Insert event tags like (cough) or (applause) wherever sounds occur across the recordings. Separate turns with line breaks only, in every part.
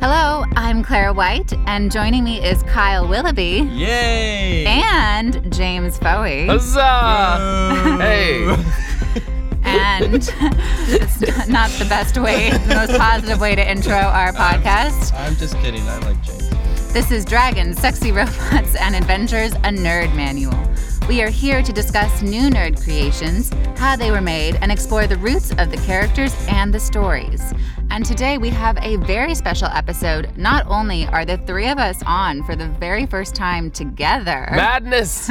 Hello, I'm Clara White, and joining me is Kyle Willoughby
Yay!
and James Fowie.
(laughs)
Huzzah! hey,
And it's not- not the best way, the most positive way to intro our podcast.
I'm just kidding. I like James.
This is Dragons, Sexy Robots, and Adventures, a Nerd Manual. We are here to discuss new nerd creations, how they were made, and explore the roots of the characters and the stories. And today we have a very special episode. Not only are the three of us on for the very first time together,
madness!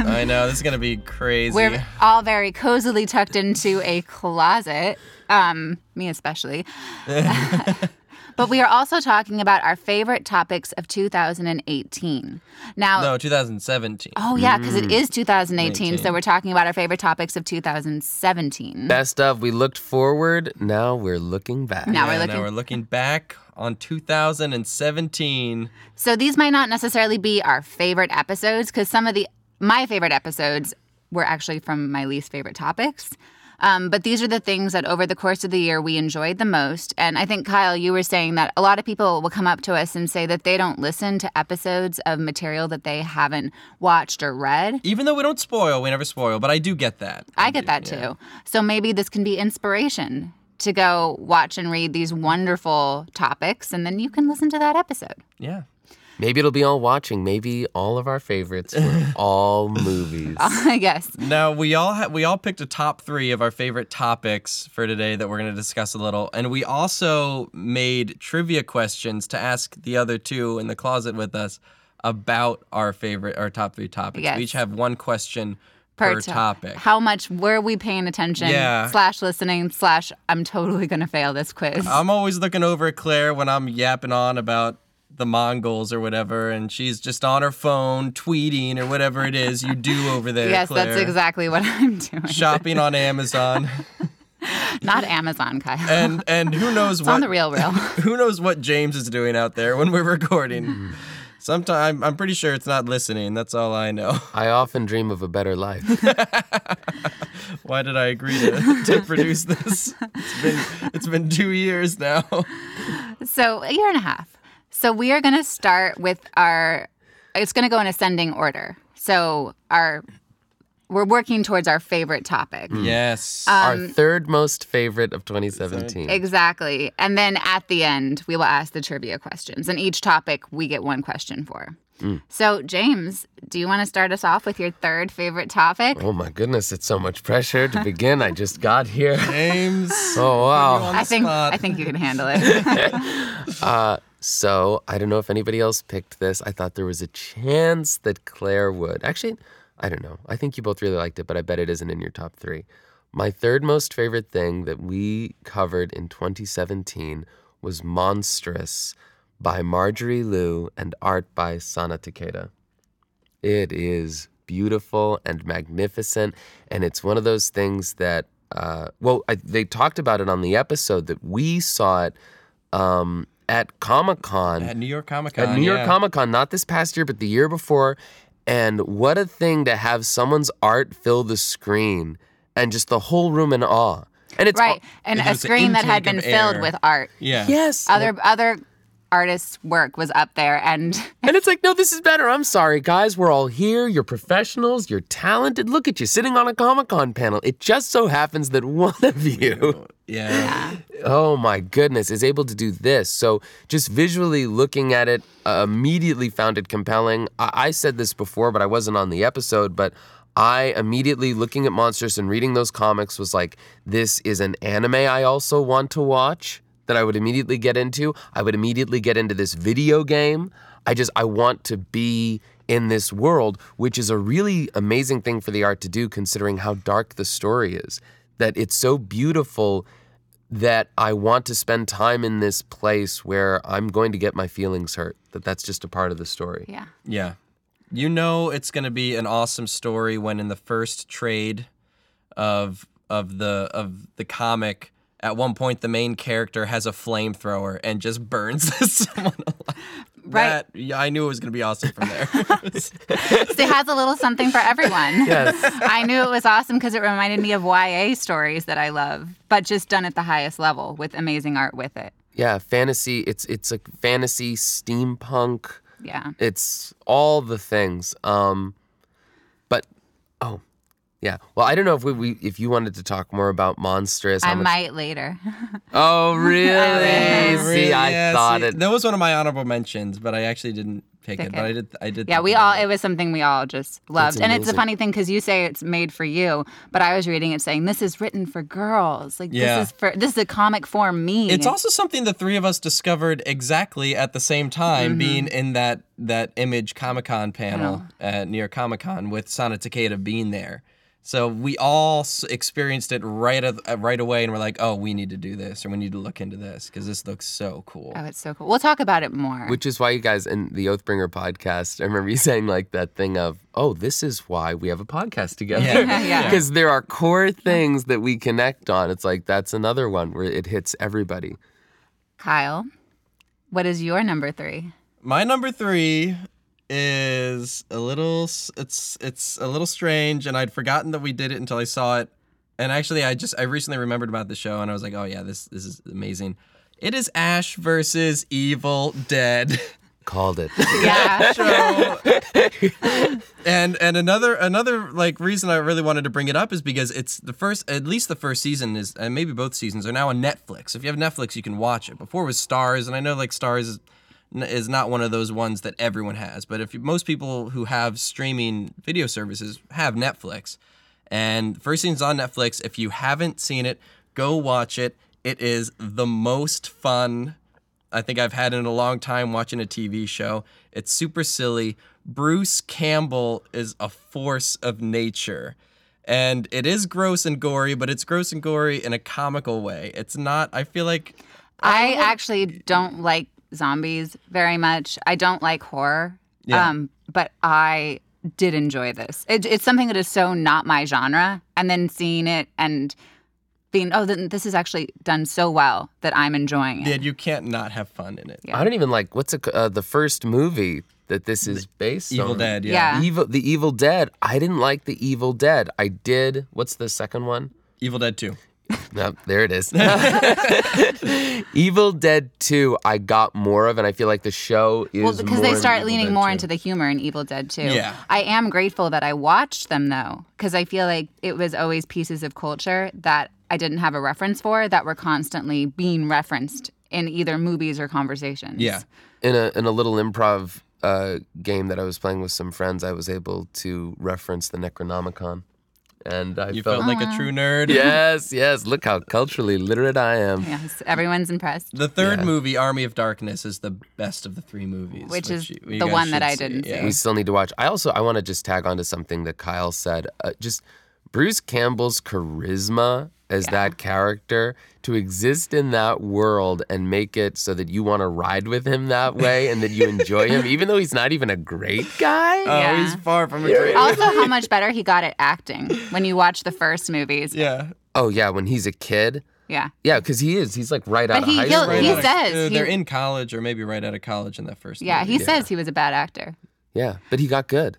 (laughs) I know this is gonna be crazy.
we're all very cozily tucked into a closet, um, me
(laughs)
especially. but we are also talking about our favorite topics of 2018. Now,
no, Mm. 2017.
Oh yeah, because it is 2018, so
19.
we're talking about our favorite topics of 2017.
Best stuff. We looked forward. Now we're looking back.
Now we're
Yeah,
looking-
Now we're looking back on 2017.
So these might not necessarily be our favorite episodes because some of the my favorite episodes were actually from my least favorite topics. Um, but these are the things that over the course of the year we enjoyed the most. And I think, Kyle, you were saying that a lot of people will come up to us and say that they don't listen to episodes of material that they haven't watched or read.
Even though we don't spoil, we never spoil, but I do get that.
I get that too. So maybe this can be inspiration to go watch and read these wonderful topics, and then you can listen to that episode. (laughs)
Yeah.
Maybe it'll be all watching. Maybe all of our favorites were all movies.
I guess.
Now we all ha- we all picked a top three of our favorite topics for today that we're gonna discuss a little, and we also made trivia questions to ask the other two in the closet with us about our favorite our top three topics.
Yes.
We each have one question per,
to-
topic.
How much were we paying attention?
Yeah.
Slash listening. Slash I'm totally gonna fail this quiz.
I'm always looking over at Claire when I'm yapping on about the Mongols or whatever, and she's just on her phone tweeting or whatever it is you do over there.
yes,
Claire.
that's exactly what (laughs) I'm doing.
Shopping
(laughs)
on Amazon,
Not Amazon, Kyle.
and and who knows
it's (laughs) on
what
the real
(laughs)
real.
who knows what James is doing out there when we're recording. Sometime I'm pretty sure it's not listening. That's all I know. (laughs)
I often dream of a better life.
Why did I agree to, to produce this? It's been it's been two years
(laughs)
now.
So a year and a half. So we are going to start with our. It's going to go in ascending order. So our, we're working towards our favorite topic.
Yes.
our third most favorite of 2017.
Exactly. And then at the end, we will ask the trivia questions. And each topic, we get one question for.
Mm.
So, James, do you want to start us off with your third favorite topic?
Oh my goodness, it's so much pressure to begin. I just got here.
James.
Oh wow.
I think
spot.
I think you can handle
(laughs)
it.
So I don't know if anybody else picked this. I thought there was a chance that Claire would. Actually, I don't know. I think you both really liked it, but I bet it isn't in your top three. My third most favorite thing that we covered in 2017 was Monstrous by Marjorie Liu and art by Sana Takeda. It is beautiful and magnificent, and it's one of those things that, uh, well, I, they talked about it on the episode that we saw it um, at Comic Con.
At New York Comic Con.
At New York
yeah.
Comic Con, not this past year, but the year before. And what a thing to have someone's art fill the screen and just the whole room in awe. And it's
right. And
It
a
was the
screen that had
intake
been
of
filled
air.
with art.
Yeah.
yes.
Other other artists' work was up there and
And it's like, no, this is better. I'm sorry, guys. We're all here. You're professionals. You're talented. Look at you sitting on a Comic Con panel. It just so happens that (laughs) one of you
Yeah.
oh my goodness, is able to do this. So just visually looking at it, uh, immediately found it compelling. I-, I said this before, but I wasn't on the episode, but. I immediately looking at Monsters and reading those comics was like, this is an anime I also want to watch that I would immediately get into. I would immediately get into this video game. I just, I want to be in this world, which is a really amazing thing for the art to do considering how dark the story is. That it's so beautiful that I want to spend time in this place where I'm going to get my feelings hurt. That that's just a part of the story.
yeah.
(laughs) Yeah. You know it's going to be an awesome story when in the first trade of of the of the comic at one point the main character has a flamethrower and just burns (laughs) someone alive.
Right.
That- yeah, I knew it was going to be awesome from there. (laughs)
it has a little something for everyone.
(laughs) Yes.
I knew it was awesome because it reminded me of YA stories that I love, but just done at the highest level with amazing art with it.
Yeah, fantasy. It's it's a fantasy steampunk.
Yeah.
It's all the things. Um, but oh, yeah. Well, I don't know if we, we if you wanted to talk more about monstrous. how
I
much-
might later. (laughs)
Oh really?
Yeah,
See, I
Yeah,
thought
see,
it.
That was one of my honorable mentions, but I actually didn't pick,
Pick
it, But
it.
I did. I did.
Yeah,
think
we
about
all, it was something we all just loved. And it's a
amazing.
funny thing because you say it's made for you, but I was reading it saying, this is written for girls. Like,
Yeah.
this is for, this is a comic for me.
It's also something the three of us discovered exactly at the same time, being in that that Image Comic Con panel at near Comic Con with Sana Takeda being there. So we all s- experienced it right of, uh, right away, and we're like, "Oh, we need to do this, or we need to look into this because this looks so cool."
Oh, it's so cool. We'll talk about it more.
Which is why you guys in the Oathbringer podcast, I remember you saying like that thing of, oh, this is why we have a podcast (laughs) together.
Yeah.
Yeah.
Because there are core things that we connect on. It's like that's another one where it hits everybody.
Kyle, what is your number three?
My number three is a little. s- It's it's a little strange, and I'd forgotten that we did it until I saw it. And actually, I just I recently remembered about the show, and I was like, oh yeah, this this is amazing. It is Ash versus Evil Dead. (laughs)
Called it.
Yeah.
So, and and another another like reason I really wanted to bring it up is because it's the first at least the first season is and maybe both seasons are now on Netflix. If you have Netflix, you can watch it. Before it was Stars, and I know like Stars is, n- is not one of those ones that everyone has, but if you, most people who have streaming video services have Netflix, and first season's on Netflix. If you haven't seen it, go watch it. It is the most fun I think I've had in a long time watching a TV show. It's super silly. Bruce Campbell is a force of nature. And it is gross and gory, but it's gross and gory in a comical way. It's not, I feel like,
I actually don't like zombies very much. I don't like horror.
Yeah.
Um, but I did enjoy this. It, it's something that is so not my genre. And then seeing it and being, oh, then this is actually done so well that I'm enjoying it.
dude, you can't not have fun in it.
(laughs) Yeah.
I don't even like what's a, uh, the first movie that this is based on.
Evil Dead, yeah.
Yeah.
Evil, the Evil Dead. I didn't like the Evil Dead. I did. What's the second one?
Evil Dead 2.
No, there
(laughs)
it is. (laughs) Evil Dead 2, I got more of, and I feel like the show is.
Well, because they
more
start
Evil
leaning
Dead
more
2.
into the humor in Evil Dead 2.
Yeah.
I am grateful that I watched them though, because I feel like it was always pieces of culture that I didn't have a reference for that were constantly being referenced in either movies or conversations.
Yeah.
in a in a little improv uh, game that I was playing with some friends, I was able to reference the Necronomicon, and I
You
felt,
felt like a true nerd.
yes, yes. Look how culturally literate I am.
Yes, everyone's impressed.
The third movie, Army of Darkness, is the best of the three movies.
Which is
you- you
the
guys
one that
should
I
see.
didn't
Yeah.
We still need to watch. I also I want to just tag on to something that Kyle said. Uh, just Bruce Campbell's charisma as that character to exist in that world and make it so that you want to ride with him that way and that you enjoy him, even though he's not even a great guy.
Oh,
Yeah.
he's far from a great.
Also, how much better he got at acting when you watch the first movies. Yeah.
(laughs) Yeah.
oh yeah, when he's a kid. Yeah, because he is. He's like right out of
he-
high
he'll-
school.
Right
He
out of- uh,
says
they're
he-
in college or maybe right out of college in that first
Yeah,
movie.
he says he was a bad actor.
Yeah, but he got good.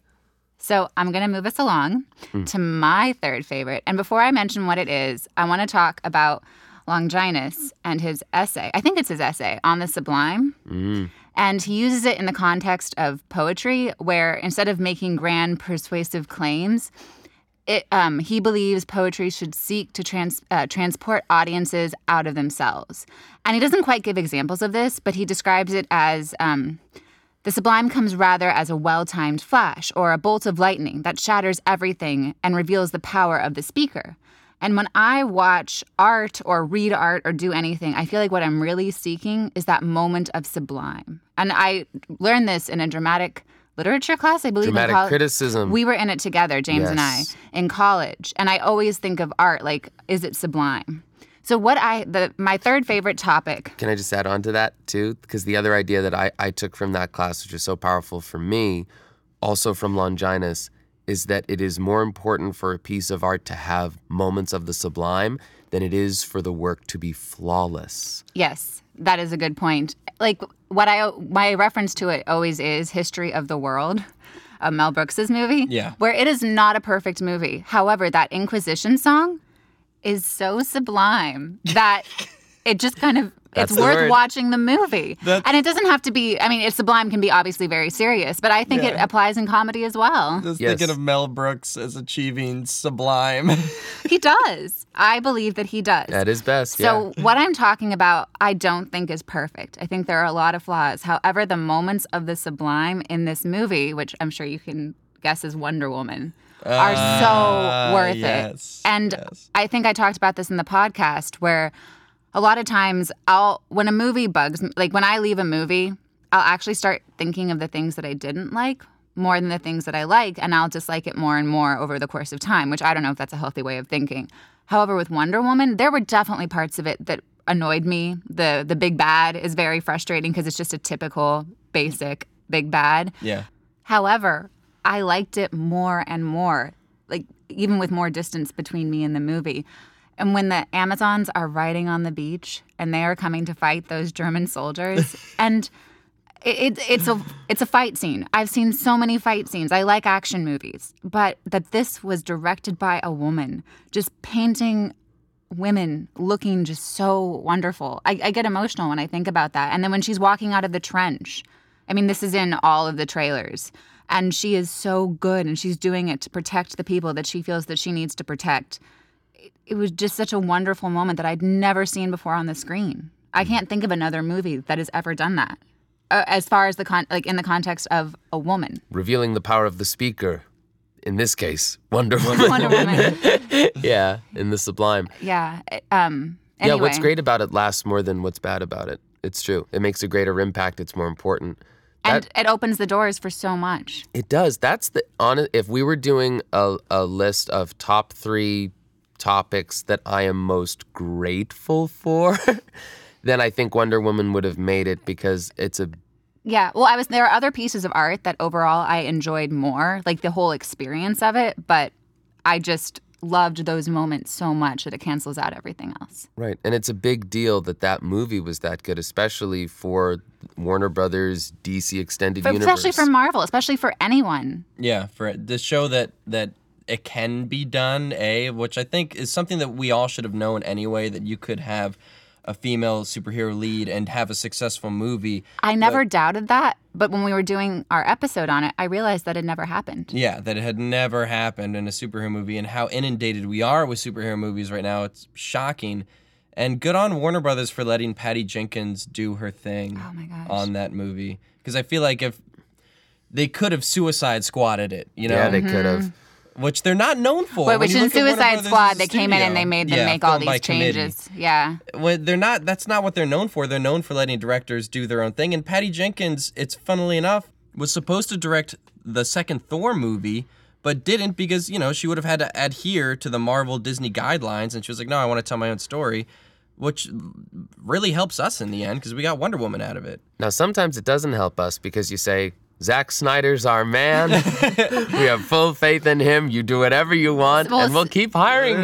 So I'm going to move us along to my third favorite. And before I mention what it is, I want to talk about Longinus and his essay. I think it's his essay on the sublime. And he uses it in the context of poetry, where instead of making grand persuasive claims, it, um, he believes poetry should seek to trans, uh, transport audiences out of themselves. And he doesn't quite give examples of this, but he describes it as um, the sublime comes rather as a well timed flash or a bolt of lightning that shatters everything and reveals the power of the speaker. And when I watch art or read art or do anything, I feel like what I'm really seeking is that moment of sublime. And I learned this in a dramatic literature class, I believe. in
Dramatic
col-
criticism.
we were in it together, James and I,
Yes.
in college. And I always think of art like, is it sublime? So what I the my third favorite topic.
Can I just add on to that too? Because the other idea that I, I took from that class, which was so powerful for me, also from Longinus, is that it is more important for a piece of art to have moments of the sublime than it is for the work to be flawless.
Yes, that is a good point. Like what I my reference to it always is History of the World. Uh, Mel Brooks's movie,
Yeah.
where it is not a perfect movie. However, that
(laughs)
Inquisition song is so sublime that it just kind of
That's
it's
the
worth
word.
watching the movie.
That's-
and it doesn't have to be, I mean, it's Sublime can be obviously very serious, but I think it
Yeah.
applies in comedy as well.
Just
Yes.
thinking of Mel Brooks as achieving sublime. (laughs)
he does. I believe that he does.
At his best, yeah.
So, what I'm talking about, I don't think is perfect. I think there are a lot of flaws. However, the moments of the sublime in this movie, which I'm sure you can guess is Wonder Woman, are
Ah,
so worth
yes,
it. And
yes.
I think I talked about this in the podcast where a lot of times I'll, when a movie bugs, me- like when I leave a movie, I'll actually start thinking of the things that I didn't like more than the things that I like, and I'll dislike it more and more over the course of time, which I don't know if that's a healthy way of thinking. However, with Wonder Woman, there were definitely parts of it that annoyed me. The the big bad is very frustrating because it's just a typical basic big bad.
yeah.
However, I liked it more and more, like even with more distance between me and the movie. And when the Amazons are riding on the beach and they are coming to fight those German soldiers, and it, it, it's a it's a fight scene. I've seen so many fight scenes. I like action movies, but that this was directed by a woman, just painting women looking just so wonderful. I, I get emotional when I think about that. And then when she's walking out of the trench, I mean, this is in all of the trailers. And she is so good and she's doing it to protect the people that she feels that she needs to protect. It, it was just such a wonderful moment that I'd never seen before on the screen. I can't think of another movie that has ever done that. Uh, as far as the con- like in the context of a
(laughs)
woman,
Revealing the power of the speaker. In this case, Wonder Woman.
Wonder Woman.
(laughs) yeah, in the sublime.
Yeah. uh, Um. Anyway.
Yeah, what's great about it lasts more than what's bad about it. It's true. It makes a greater impact. It's more important.
And it opens the doors for so much.
It does. That's the honest. If we were doing a, a list of top three topics that I am most grateful for, (laughs) then I think Wonder Woman would have made it because it's a
Yeah. Well, I was there are other pieces of art that overall I enjoyed more, like the whole experience of it, but I just loved those moments so much that it cancels out everything else.
right, and it's a big deal that that movie was that good, especially for Warner Brothers DC Extended
For,
Universe.
especially for Marvel, especially for anyone.
Yeah, for it to show that that it can be done, a which I think is something that we all should have known anyway that you could have a female superhero lead and have a successful movie.
I never doubted that, but when we were doing our episode on it, I realized that had never happened.
Yeah, that it had never happened in a superhero movie and how inundated we are with superhero movies right now. It's shocking. And good on Warner Brothers for letting Patty Jenkins do her thing
Oh my gosh.
on that movie because I feel like if they could have Suicide Squatted it, you know,
yeah,
Mm-hmm.
they could have.
which they're not known
But
for. When
which
you
in
look at Warner
Suicide
Brothers as
Squad,
a
they came in and
studio.
they made them
Yeah,
make all
film by
these changes. Yeah.
well, they're not that's not what they're known for they're known for letting directors do their own thing and patty jenkins it's funnily enough was supposed to direct the second thor movie but didn't because you know she would have had to adhere to the marvel disney guidelines and she was like no i want to tell my own story which really helps us in the end because we got wonder woman out of it
Now, sometimes it doesn't help us because you say, Zack Snyder's our man. we have full faith in him. You do whatever you want,
Well,
and we'll
s-
keep hiring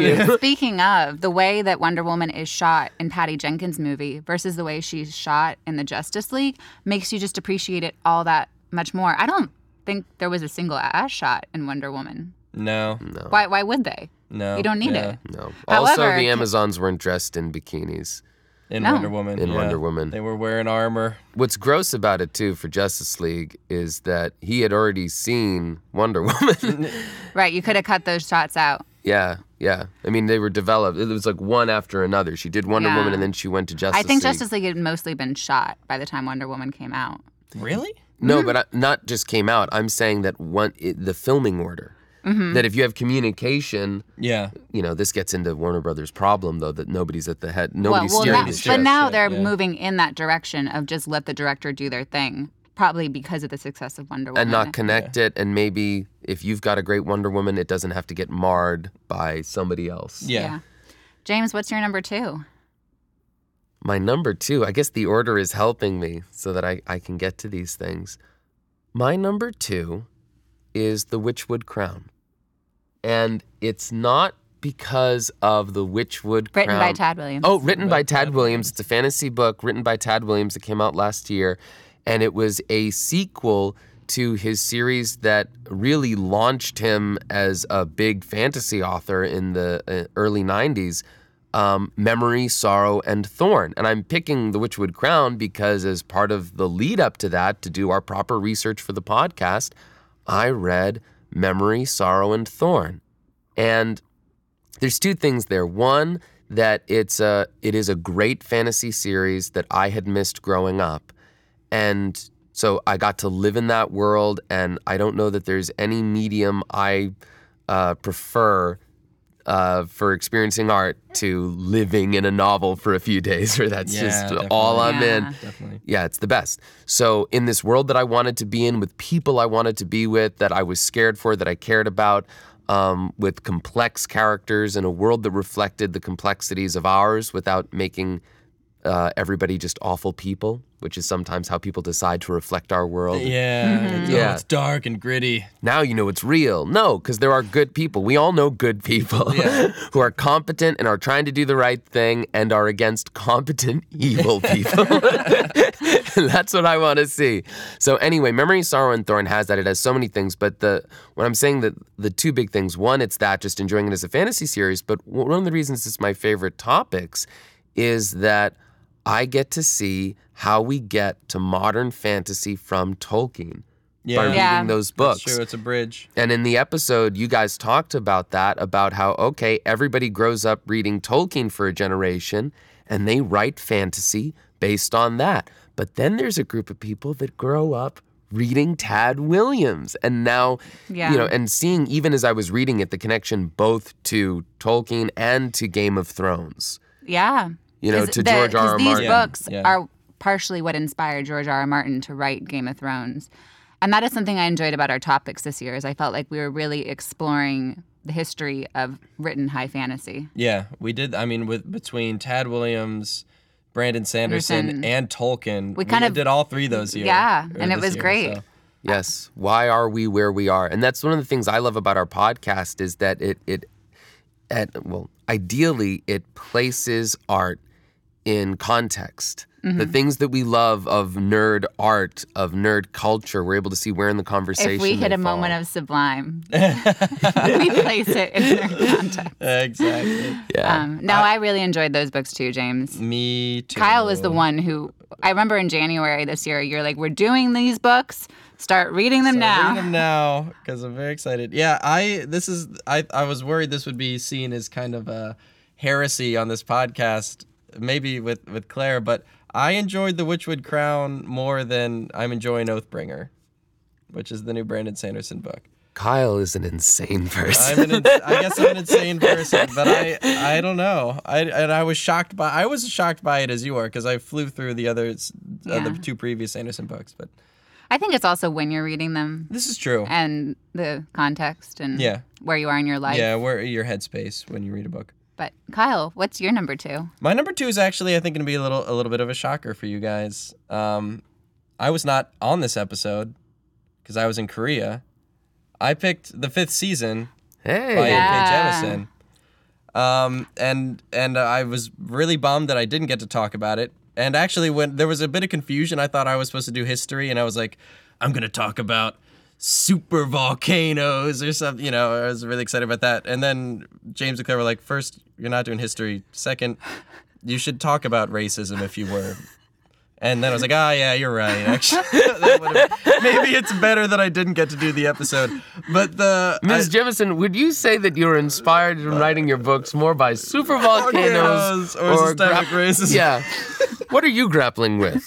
(laughs)
you.
Speaking of the way that Wonder Woman is shot in Patty Jenkins' movie versus the way she's shot in the Justice League makes you just appreciate it all that much more. I don't think there was a single ass shot in Wonder Woman.
no
Why? Why would they?
no
You don't need
yeah.
it.
No. Also,
However,
the
can-
Amazons weren't dressed in bikinis.
in
No.
wonder woman
In
yeah.
Wonder Woman.
they were wearing armor
What's gross about it, too, for Justice League is that he had already seen Wonder Woman.
Right? You could have cut those shots out.
(laughs) yeah, yeah. I mean, they were developed. It was like one after another. She did Wonder
Yeah.
Woman, and then she went to Justice
I think
League.
Justice League had mostly been shot by the time Wonder Woman came out.
really
No,
Mm-hmm.
but I, not just came out. I'm saying that one, it, the filming order.
Mm-hmm.
That if you have communication,
yeah
you know, this gets into Warner Brothers' problem though that nobody's at the head, nobody's
well,
steering
now,
the
is
but
ship.
just
now
it,
they're
yeah.
moving in that direction of just let the director do their thing, probably because of the success of Wonder Woman.
and not connect it, and maybe if you've got a great Wonder Woman, it doesn't have to get marred by somebody else.
yeah.
yeah. James, what's your number two?
My number two, I guess the order is helping me so that I, I can get to these things. My number two is the Witchwood Crown. And it's not because of the Witchwood
Written
Crown.
by Tad Williams.
Oh, written by Tad Williams. It's a fantasy book written by Tad Williams that came out last year, and it was a sequel to his series that really launched him as a big fantasy author in the uh, early 90s. um, Memory, Sorrow, and Thorn. And I'm picking The Witchwood Crown because, as part of the lead up to that, to do our proper research for the podcast, I read Memory, Sorrow, and Thorn. And there's two things there. One, that it's a it is a great fantasy series that I had missed growing up. And so I got to live in that world and I don't know that there's any medium I uh, prefer uh, for experiencing art to living in a novel for a few days (laughs) where that's
Yeah,
just
definitely.
all I'm
Yeah.
in.
Definitely.
Yeah, it's the best. So, in this world that I wanted to be in, with people I wanted to be with, that I was scared for, that I cared about, um, with complex characters, in a world that reflected the complexities of ours without making uh, everybody just awful people, which is sometimes how people decide to reflect our world.
Yeah. It's, oh,
Mm-hmm. Yeah.
it's dark and gritty.
Now you know it's real. No, because there are good people. We all know good people (laughs)
Yeah.
who are competent and are trying to do the right thing and are against competent (laughs) evil people. And That's what I want to see. So anyway, Memory, Sorrow, and Thorn has that. It has so many things, but the when I'm saying that the two big things, one, it's that just enjoying it as a fantasy series, but one of the reasons it's my favorite topics is that I get to see how we get to modern fantasy from Tolkien by
Yeah.
reading
Yeah.
those books.
Sure, it's a bridge.
And in the episode, you guys talked about that about how, okay, everybody grows up reading Tolkien for a generation and they write fantasy based on that. But then there's a group of people that grow up reading Tad Williams. And now,
Yeah.
you know, and seeing even as I was reading it, the connection both to Tolkien and to Game of Thrones,
Yeah.
you know,
'Cause
to
the-
George R.
'cause
R.
These
Martin.
books
Yeah.
are partially what inspired George R. R. Martin to write Game of Thrones. And that is something I enjoyed about our topics this year is I felt like we were really exploring the history of written high fantasy.
Yeah, we did. I mean, with between Tad Williams, Brandon
Anderson.
Sanderson, and Tolkien, we
kind of-
did all three those years.
Yeah, and it was great.
Yes. Why are we where we are? And that's one of the things I love about our podcast is that it it at well, ideally it places art in context.
Mm-hmm.
The things that we love of nerd art, of nerd culture, we're able to see where in the conversation.
If we hit
they
a moment
fall.
of
(laughs)
sublime, (laughs) we place it in their (laughs) context.
Exactly.
yeah,
Um, no, I really enjoyed those books too, James.
Me too.
Kyle was the one who I remember in January this year. You're like, we're doing these books. Start reading them now.
Read them now because I'm very excited. Yeah, I this is I I was worried this would be seen as kind of a heresy on this podcast, maybe with with Claire, but I enjoyed The Witchwood Crown more than I'm enjoying Oathbringer, which is the new Brandon Sanderson book.
Kyle is an insane
(laughs)
person.
I'm an ins- I guess I'm
(laughs)
an insane person, but I I don't know. I and I was shocked by I was shocked by it as you were because I flew through the other uh, the
Yeah.
two previous Anderson books, but
I think it's also when you're reading them
this is true.
and the context and
Yeah.
where you are in your life.
yeah, where your headspace when you read a book.
But Kyle, what's your number two?
My number two is actually I think going to be a little a little bit of a shocker for you guys. Um, I was not on this episode because I was in Korea. I picked the fifth season by
hey,
Yeah.
A.K. Jemison. Um, and and I was really bummed that I didn't get to talk about it. And actually, when there was a bit of confusion, I thought I was supposed to do history, and I was like, I'm gonna talk about super volcanoes or something. You know, I was really excited about that. And then James and Claire were like, first, you're not doing history. Second, you should talk about racism if you were. And then I was like, ah, yeah, you're right. (laughs) Actually, That would've- maybe it's better that I didn't get to do the episode. But the
Ms. Jemison, would you say that you were inspired in writing your books more by super volcanoes
Volcanoes or systemic
grap-
racism.
Yeah. (laughs) What are you grappling with?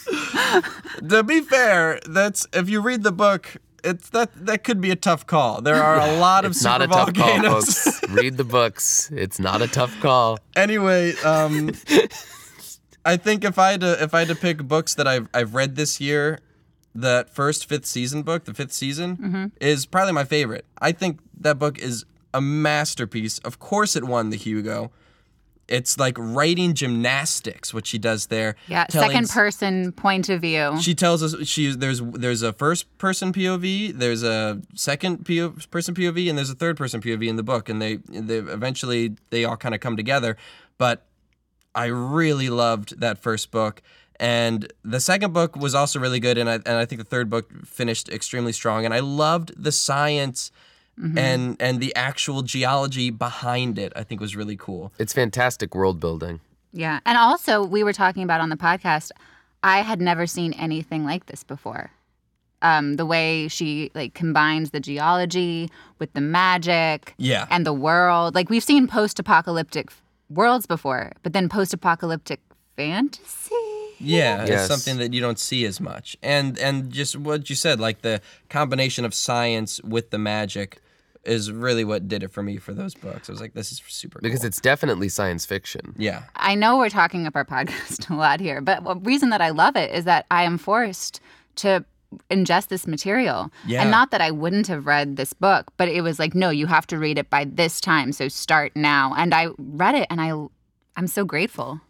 to be fair, that's if you read the book, it's that that could be a tough call. There are
(laughs)
a lot of
It's not
super
a tough call,
volcanoes.
folks. Read the books. It's not a tough call.
(laughs) anyway, um, I think if I had to if I had to pick books that I've I've read this year, that first fifth season book, the fifth season,
Mm-hmm.
is probably my favorite. I think that book is a masterpiece. Of course, it won the Hugo. It's like writing gymnastics, what she does there.
Yeah,
telling
second person point of view.
she tells us she there's there's a first person POV, there's a second PO, person POV, and there's a third person POV in the book, and they they eventually they all kind of come together. But I really loved that first book, and the second book was also really good, and I and I think the third book finished extremely strong, and I loved the science and and the actual geology behind it. I think was really cool.
It's fantastic world building.
Yeah. And also, we were talking about on the podcast, I had never seen anything like this before. Um, the way she like combines the geology with the magic
Yeah.
and the world. Like we've seen post-apocalyptic worlds before, but then post-apocalyptic fantasy.
Yeah,
Yes.
it's something that you don't see as much. And and just what you said, like the combination of science with the magic is really what did it for me for those books. I was like, this is super
Because
cool.
it's definitely science fiction.
yeah.
I know we're talking up our (laughs) podcast a lot here, but the reason that I love it is that I am forced to ingest this material.
Yeah.
And not that I wouldn't have read this book, but it was like, no, you have to read it by this time, so start now. And I read it and I I'm so grateful.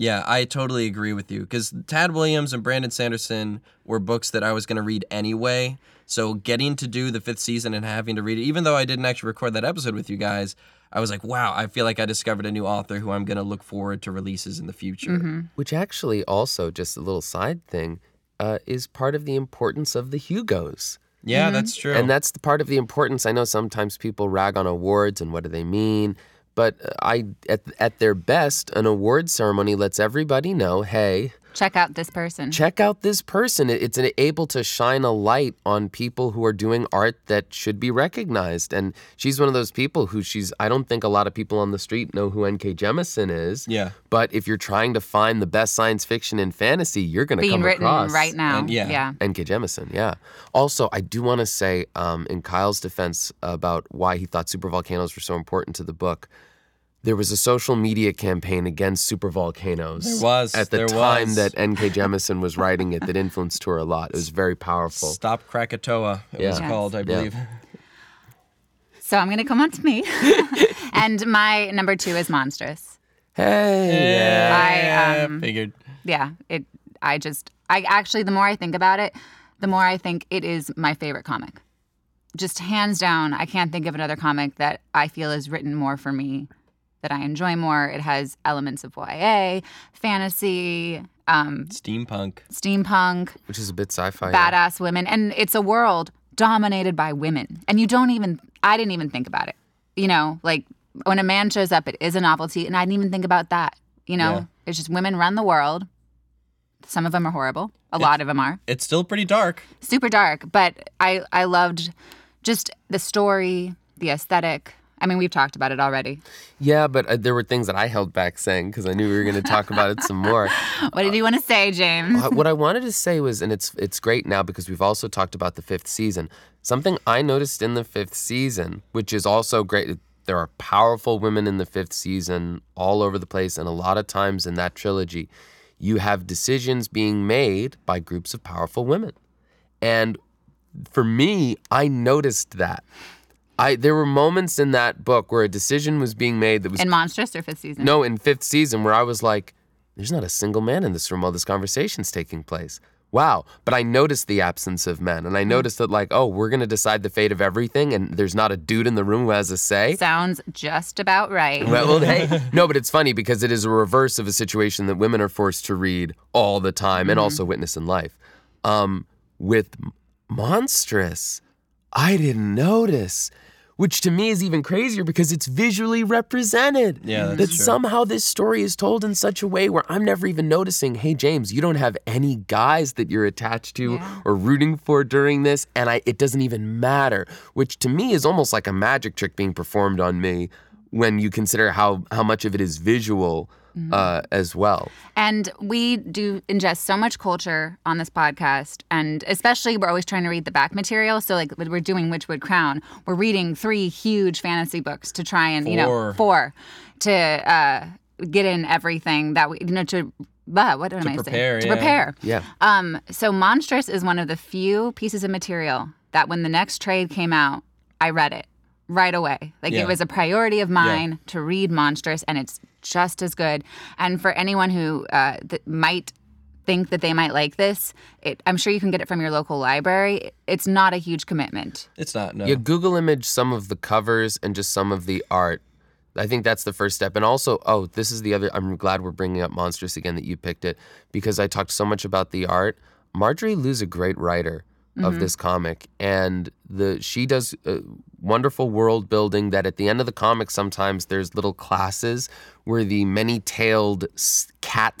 Yeah, I totally agree with you because Tad Williams and Brandon Sanderson were books that I was going to read anyway. So getting to do the fifth season and having to read it, even though I didn't actually record that episode with you guys, I was like, wow, I feel like I discovered a new author who I'm going to look forward to releases in the future.
Which actually, also, just a little side thing, uh, is part of the importance of the Hugos.
Yeah, that's true.
And that's the part of the importance. I know sometimes people rag on awards and what do they mean, but uh, I at, at their best, an award ceremony lets everybody know, hey,
Check out this person.
check out this person. It- It's an- able to shine a light on people who are doing art that should be recognized. And she's one of those people who she's, I don't think a lot of people on the street know who N.K. Jemison is.
Yeah.
But if you're trying to find the best science fiction and fantasy, you're going to
being
come
written
across
right now.
And- yeah.
yeah.
N.K. Jemison, yeah. Also, I do want to say, um, in Kyle's defense about why he thought supervolcanoes were so important to the book, there was a social media campaign against supervolcanoes.
There was,
at the
there
time
was.
that
(laughs)
N.K. Jemison was writing it that influenced her a lot. It was very powerful.
Stop Krakatoa, it was
Yeah.
called, I believe.
So I'm going to come on to me. (laughs) and my number 2 is monstrous.
Hey,
(laughs)
yeah.
I, um,
I figured.
yeah it i just i actually the more i think about it the more i think it is my favorite comic just hands down i can't think of another comic that i feel is written more for me that i enjoy more it has elements of ya fantasy um,
Steampunk.
steampunk
which is a bit sci-fi. Oh, yeah.
badass women and it's a world dominated by women and you don't even i didn't even think about it you know like when a man shows up it is a novelty and i didn't even think about that you know
Yeah.
it's just women run the world some of them are horrible a lot of them are
It's still pretty dark.
super dark but i i loved just the story the aesthetic i mean we've talked about it already
Yeah, but uh, there were things that I held back saying because I knew we were going to talk about it some more.
what did you want to say james
Uh, what I wanted to say was, and it's it's great now because we've also talked about the fifth season. Something I noticed in the fifth season, which is also great. There are powerful women in the fifth season all over the place, and a lot of times in that trilogy, you have decisions being made by groups of powerful women. And for me, I noticed that. I there were moments in that book where a decision was being made that was
in monstrous or fifth season
no, in fifth season, where I was like, there's not a single man in this room while this conversation's taking place. Wow. But I noticed the absence of men. And I noticed that, like, oh, we're going to decide the fate of everything. And there's not a dude in the room who has a say.
sounds just about right
Well, well, hey, no, but it's funny because it is a reverse of a situation that women are forced to read all the time and also witness in life. Um, with M- Monstrous, I didn't notice, which to me is even crazier because it's visually represented.
Yeah, that's
that
true.
somehow this story is told in such a way where I'm never even noticing. Hey, James, you don't have any guys that you're attached to
Yeah.
or rooting for during this, and I it doesn't even matter, which to me is almost like a magic trick being performed on me when you consider how how much of it is visual uh, as well.
And we do ingest so much culture on this podcast, and especially we're always trying to read the back material. So, like, we're doing Witchwood Crown, we're reading three huge fantasy books to try and, you know,
Four.
four to uh, get in everything that we, you know, to, uh, what am I saying?
prepare,
To
yeah.
prepare.
Yeah.
Um, so, Monstrous is one of the few pieces of material that when the next trade came out, I read it right away. Like
Yeah.
it was a priority of mine to read Monstrous, and it's just as good. And for anyone who uh, th- might think that they might like this, it, I'm sure you can get it from your local library. It's not a huge commitment.
It's not, no.
Yeah, Google image some of the covers and just some of the art. I think that's the first step. And also, oh, this is the other. I'm glad we're bringing up Monstrous again that you picked it because I
Mm-hmm.
talked so much about the art. Marjorie Lou's a great writer of this comic, and the she does uh, wonderful world building that at the end of the comic sometimes there's little classes where the many-tailed s- cat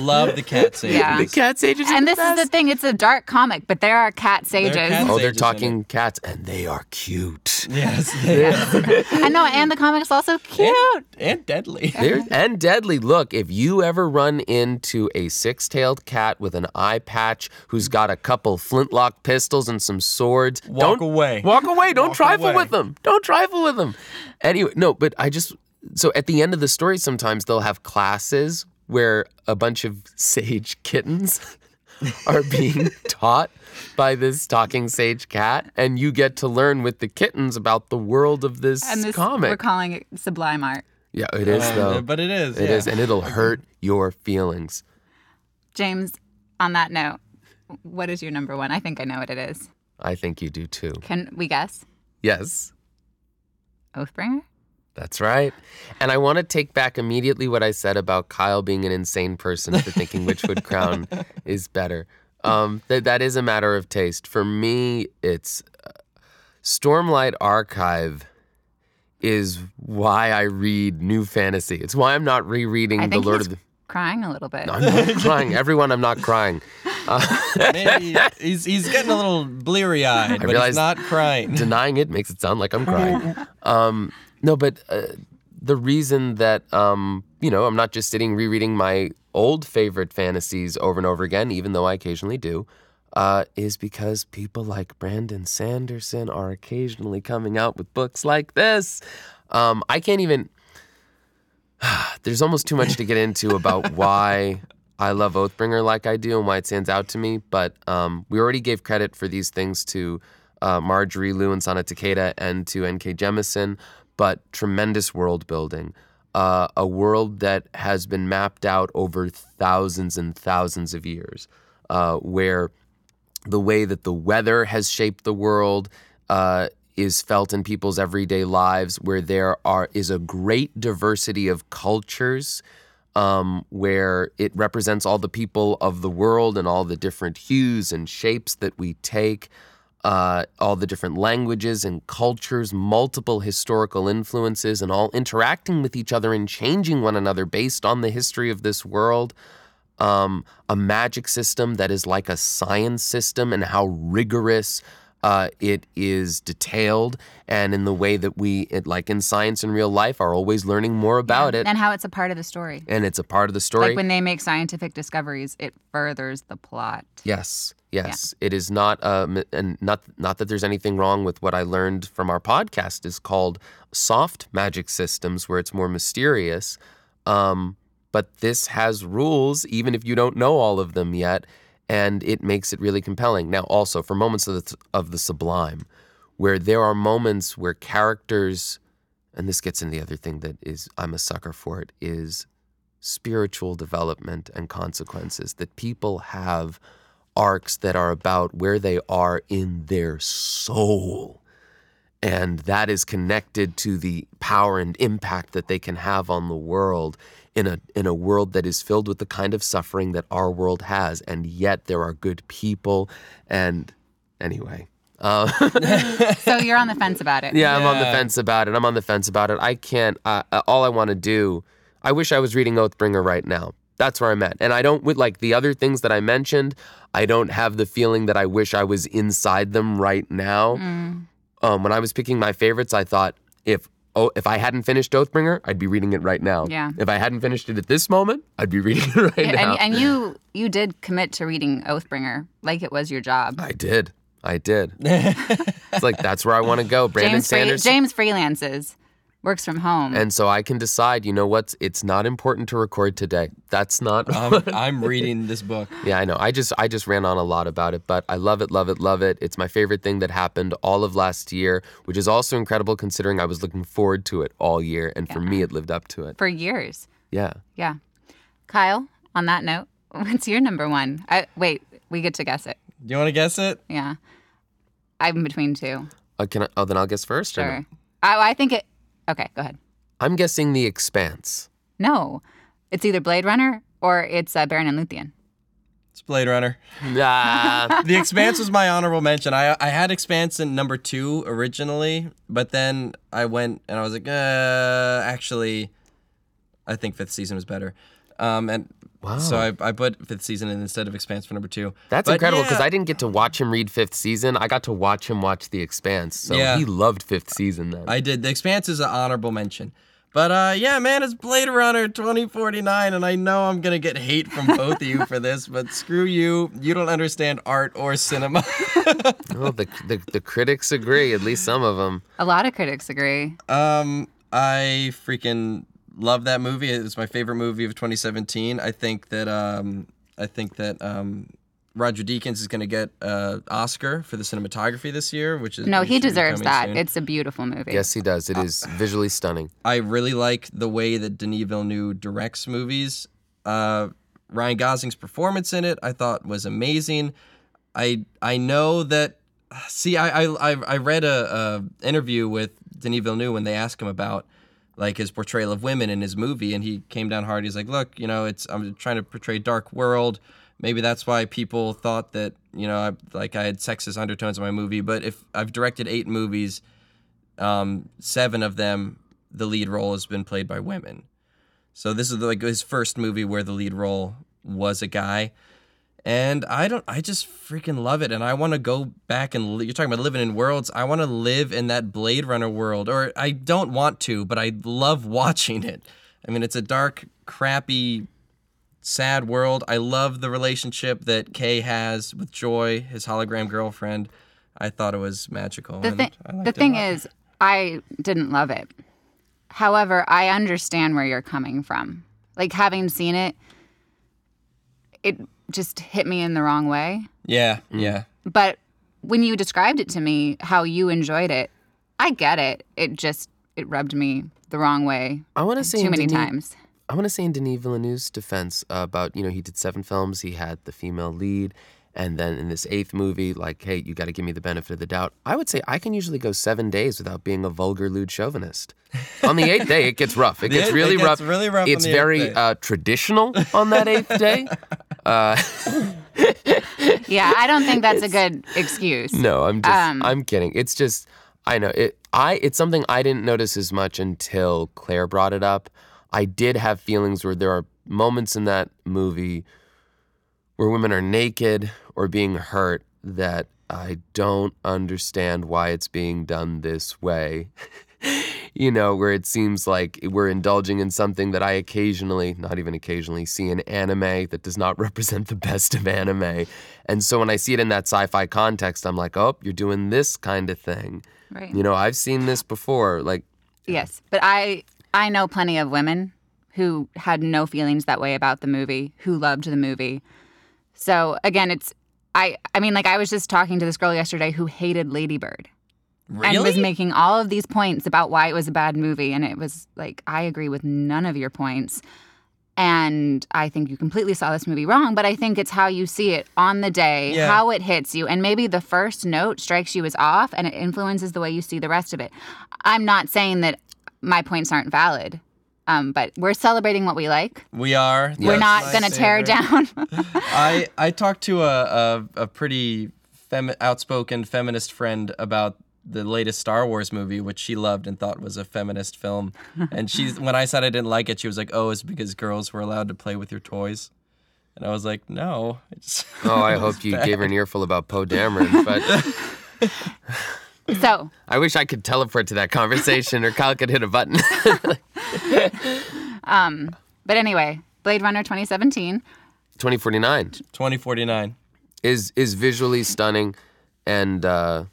(laughs) Love the cat sages.
Yeah.
(laughs) the cat sages are
And
the
this is the
best.
thing. It's a dark comic, but there are cat sages.
cat-
oh they're
Sages in
talking cats and they are cute
(laughs) Yes. Yeah.
(laughs) I know, and the comic's also cute.
And, and deadly.
They're,
Uh-huh.
and deadly. Look, if you ever run into a six tailed cat with an eye patch who's got a couple flintlock pistols and some swords,
Walk
don't
away.
Walk away. Don't
Walk
trifle
away.
with them. Don't trifle with them. Anyway, no, but I just, so at the end of the story, sometimes they'll have classes where a bunch of sage kittens (laughs) are being (laughs) taught by this talking sage cat, and you get to learn with the kittens about the world of this,
And this
comic.
we're calling it sublime art.
yeah, it is, though.
Um, But it is.
It
yeah.
is, and it'll hurt your feelings.
James, on that note, what is your number one? I think I know what it is.
I think you do too.
Can we guess?
Yes,
Oathbringer?
that's right. And I want to take back immediately what I said about Kyle being an insane person for thinking Witchwood Crown is better. Um, th- that is a matter of taste. For me, it's uh, Stormlight Archive is why I read new fantasy. It's why I'm not rereading
I
The
think
Lord
he's
of the.
crying a little bit.
I'm not
(laughs)
crying. Everyone, I'm not crying.
Maybe he's, he's getting a little bleary eyed, but
realize-
he's not
(laughs)
crying.
denying it makes it sound like I'm crying. Um, no, but uh, the reason that um, you know I'm not just sitting rereading my old favorite fantasies over and over again, even though I occasionally do, uh, is because people like Brandon Sanderson are occasionally coming out with books like this. Um, I can't even. There's almost too much to get into about why I love Oathbringer like I do and why it stands out to me. But um, we already gave credit for these things to uh, Marjorie Liu and Sana Takeda and to N.K. Jemison. But tremendous world building, uh, a world that has been mapped out over thousands and thousands of years, uh, where the way that the weather has shaped the world uh, is felt in people's everyday lives, where there are is a great diversity of cultures, um, where it represents all the people of the world and all the different hues and shapes that we take, uh, all the different languages and cultures, multiple historical influences, and all interacting with each other and changing one another based on the history of this world um, a magic system that is like a science system and how rigorous uh, it is detailed and in the way that we it, like in science in real life are always learning more about it
And how it's a part of the story.
and it's a part of the story
Like when they make scientific discoveries, it furthers the plot.
Yes, yes. It is not um, and not not that there's anything wrong with what I learned from our podcast is called soft magic systems where it's more mysterious. Um, but this has rules even if you don't know all of them yet and it makes it really compelling. Now also for moments of the, of the sublime where there are moments where characters and this gets into the other thing that is I'm a sucker for it is spiritual development and consequences that people have arcs that are about where they are in their soul and that is connected to the power and impact that they can have on the world in a in a world that is filled with the kind of suffering that our world has and yet there are good people and anyway uh,
So you're on the fence about it.
(laughs) Yeah, I'm on the
Yeah.
fence about it. I'm on the fence about it. I can't. Uh, uh, all I want to do. I wish I was reading Oathbringer right now. That's where I'm at. And I don't with like the other things that I mentioned. I don't have the feeling that I wish I was inside them right now.
Mm.
Um, when I was picking my favorites, I thought if oh if I hadn't finished Oathbringer, I'd be reading it right now.
Yeah.
If I hadn't finished it at this moment, I'd be (laughs) reading it right now.
And, and you you did commit to reading Oathbringer like it was your job.
I did. I did. it's like that's where I want to
(laughs)
go. Brandon
James, free-
Sanders.
James freelances, works from home.
And so I can decide, you know what's it's not important to record today.
(laughs)
That's not
I'm, Um, I'm reading this book.
Yeah, I know. I just I just ran on a lot about it, but I love it, love it, love it. It's my favorite thing that happened all of last year, which is also incredible considering I was looking forward to it all year and for me it lived up to it.
for years.
Yeah.
Yeah. Kyle, on that note, (laughs) what's your number one? I, wait, we get to guess it.
Do you want to guess it?
Yeah. I'm between two.
Uh, can I, oh, then I'll guess first. or no?
Sure. I, I think it. Okay, go ahead.
I'm guessing
(laughs)
The Expanse.
No, it's either Blade Runner or it's uh, Baron and Luthien.
It's Blade Runner.
Nah.
The Expanse was my honorable mention. I I had Expanse in number two originally, but then I went and I was like, uh, actually, I think fifth season was better. Um, and so I, I put fifth season in instead of Expanse for number two.
That's
But
incredible because
yeah,
I didn't get to watch him read Fifth Season. I got to watch him watch The Expanse. So
Yeah.
he loved Fifth Season then.
I did. The Expanse is an honorable mention. But uh, yeah, man, it's Blade Runner 2049, and I know I'm gonna get hate from both of you for this, but screw you. You don't understand art or cinema. (laughs)
well, the, the, the critics agree, at least some of them.
A lot of critics agree.
Um, I freaking love that movie. It was my favorite movie of 2017. I think that um, I think that um, Roger Deakins is going to get uh, Oscar for the cinematography this year, which is
No,
which
he
should be
deserves
coming
that.
soon.
It's a beautiful movie.
Yes, he does. It
Uh,
is visually stunning.
I really like the way that Denis Villeneuve directs movies. Uh, Ryan Gosling's performance in it, I thought, was amazing. I I know that. See, I I I I read a, a interview with Denis Villeneuve when they asked him about like his portrayal of women in his movie, and he came down hard. He's like, "Look, you know, it's I'm trying to portray dark world. Maybe that's why people thought that you know, I, like I had sexist undertones in my movie. But if I've directed eight movies, um, seven of them, the lead role has been played by women. So this is like his first movie where the lead role was a guy. And I don't, I just freaking love it. And I want to go back and li- you're talking about living in worlds. I want to live in that Blade Runner world, or I don't want to, but I love (laughs) watching it. I mean, it's a dark, crappy, sad world. I love the relationship that Kay has with Joy, his hologram girlfriend. I thought it was magical.
The,
and
thi-
I liked
the
it a
thing
lot.
is, I didn't love it. However, I understand where you're coming from. Like having seen it, it just hit me in the wrong way.
yeah,
Mm.
yeah.
But when you described it to me, how you enjoyed it, I get it. It just it rubbed me the wrong way
I want to say
too
in
many
Denis-
times.
I want to say in Denis Villeneuve's defense uh, about you know he did seven films, he had the female lead, and then in this eighth movie, like hey, you got to give me the benefit of the doubt. I would say I can usually go seven days without being a vulgar, lewd chauvinist. on the eighth day, it gets rough. (laughs) It gets
it
really
gets
rough.
really rough on
It's
the eighth
very
day.
uh, traditional on that eighth day. (laughs) Uh,
Yeah, I don't think that's a good excuse.
No, I'm just I'm kidding. It's just I know it I it's something I didn't notice as much until Claire brought it up. I did have feelings where there are moments in that movie where women are naked or being hurt that I don't understand why it's being done this way. (laughs) you know, where it seems like we're indulging in something that I occasionally, not even occasionally, see in anime that does not (laughs) represent the best of anime. And so when I see it in that sci fi context, I'm like, oh, you're doing this kind of thing.
Right.
You know, I've seen this before. Like, (laughs)
Yes, but I I know plenty of women who had no feelings that way about the movie, who loved the movie. So again, it's I I mean like I was just talking to this girl yesterday who hated Ladybird
Really?
and was making all of these points about why it was a bad movie and it was like I agree with none of your points. And I think you completely saw this movie wrong, but I think it's how you see it on the day,
Yeah.
how it hits you, and maybe the first note strikes you as off and it influences the way you see the rest of it. I'm not saying that my points aren't valid, um, but we're celebrating what we like.
we are.
we're
Yes.
not
My
going to tear
favorite.
down.
(laughs) I I talked to a a, a pretty femi- outspoken feminist friend about the latest Star Wars movie, which she loved and thought was a feminist
(laughs)
film. And she's when I said I didn't like it, she was like, "Oh, it's because girls were allowed to play with your toys." And I was like, "No." It's (laughs)
oh, I hope you gave her an earful about Poe Dameron, but.
so
I wish I could teleport to that conversation or Kyle could hit a button. (laughs)
But anyway, Blade Runner 2017.
2049
2049.
is is visually stunning and uh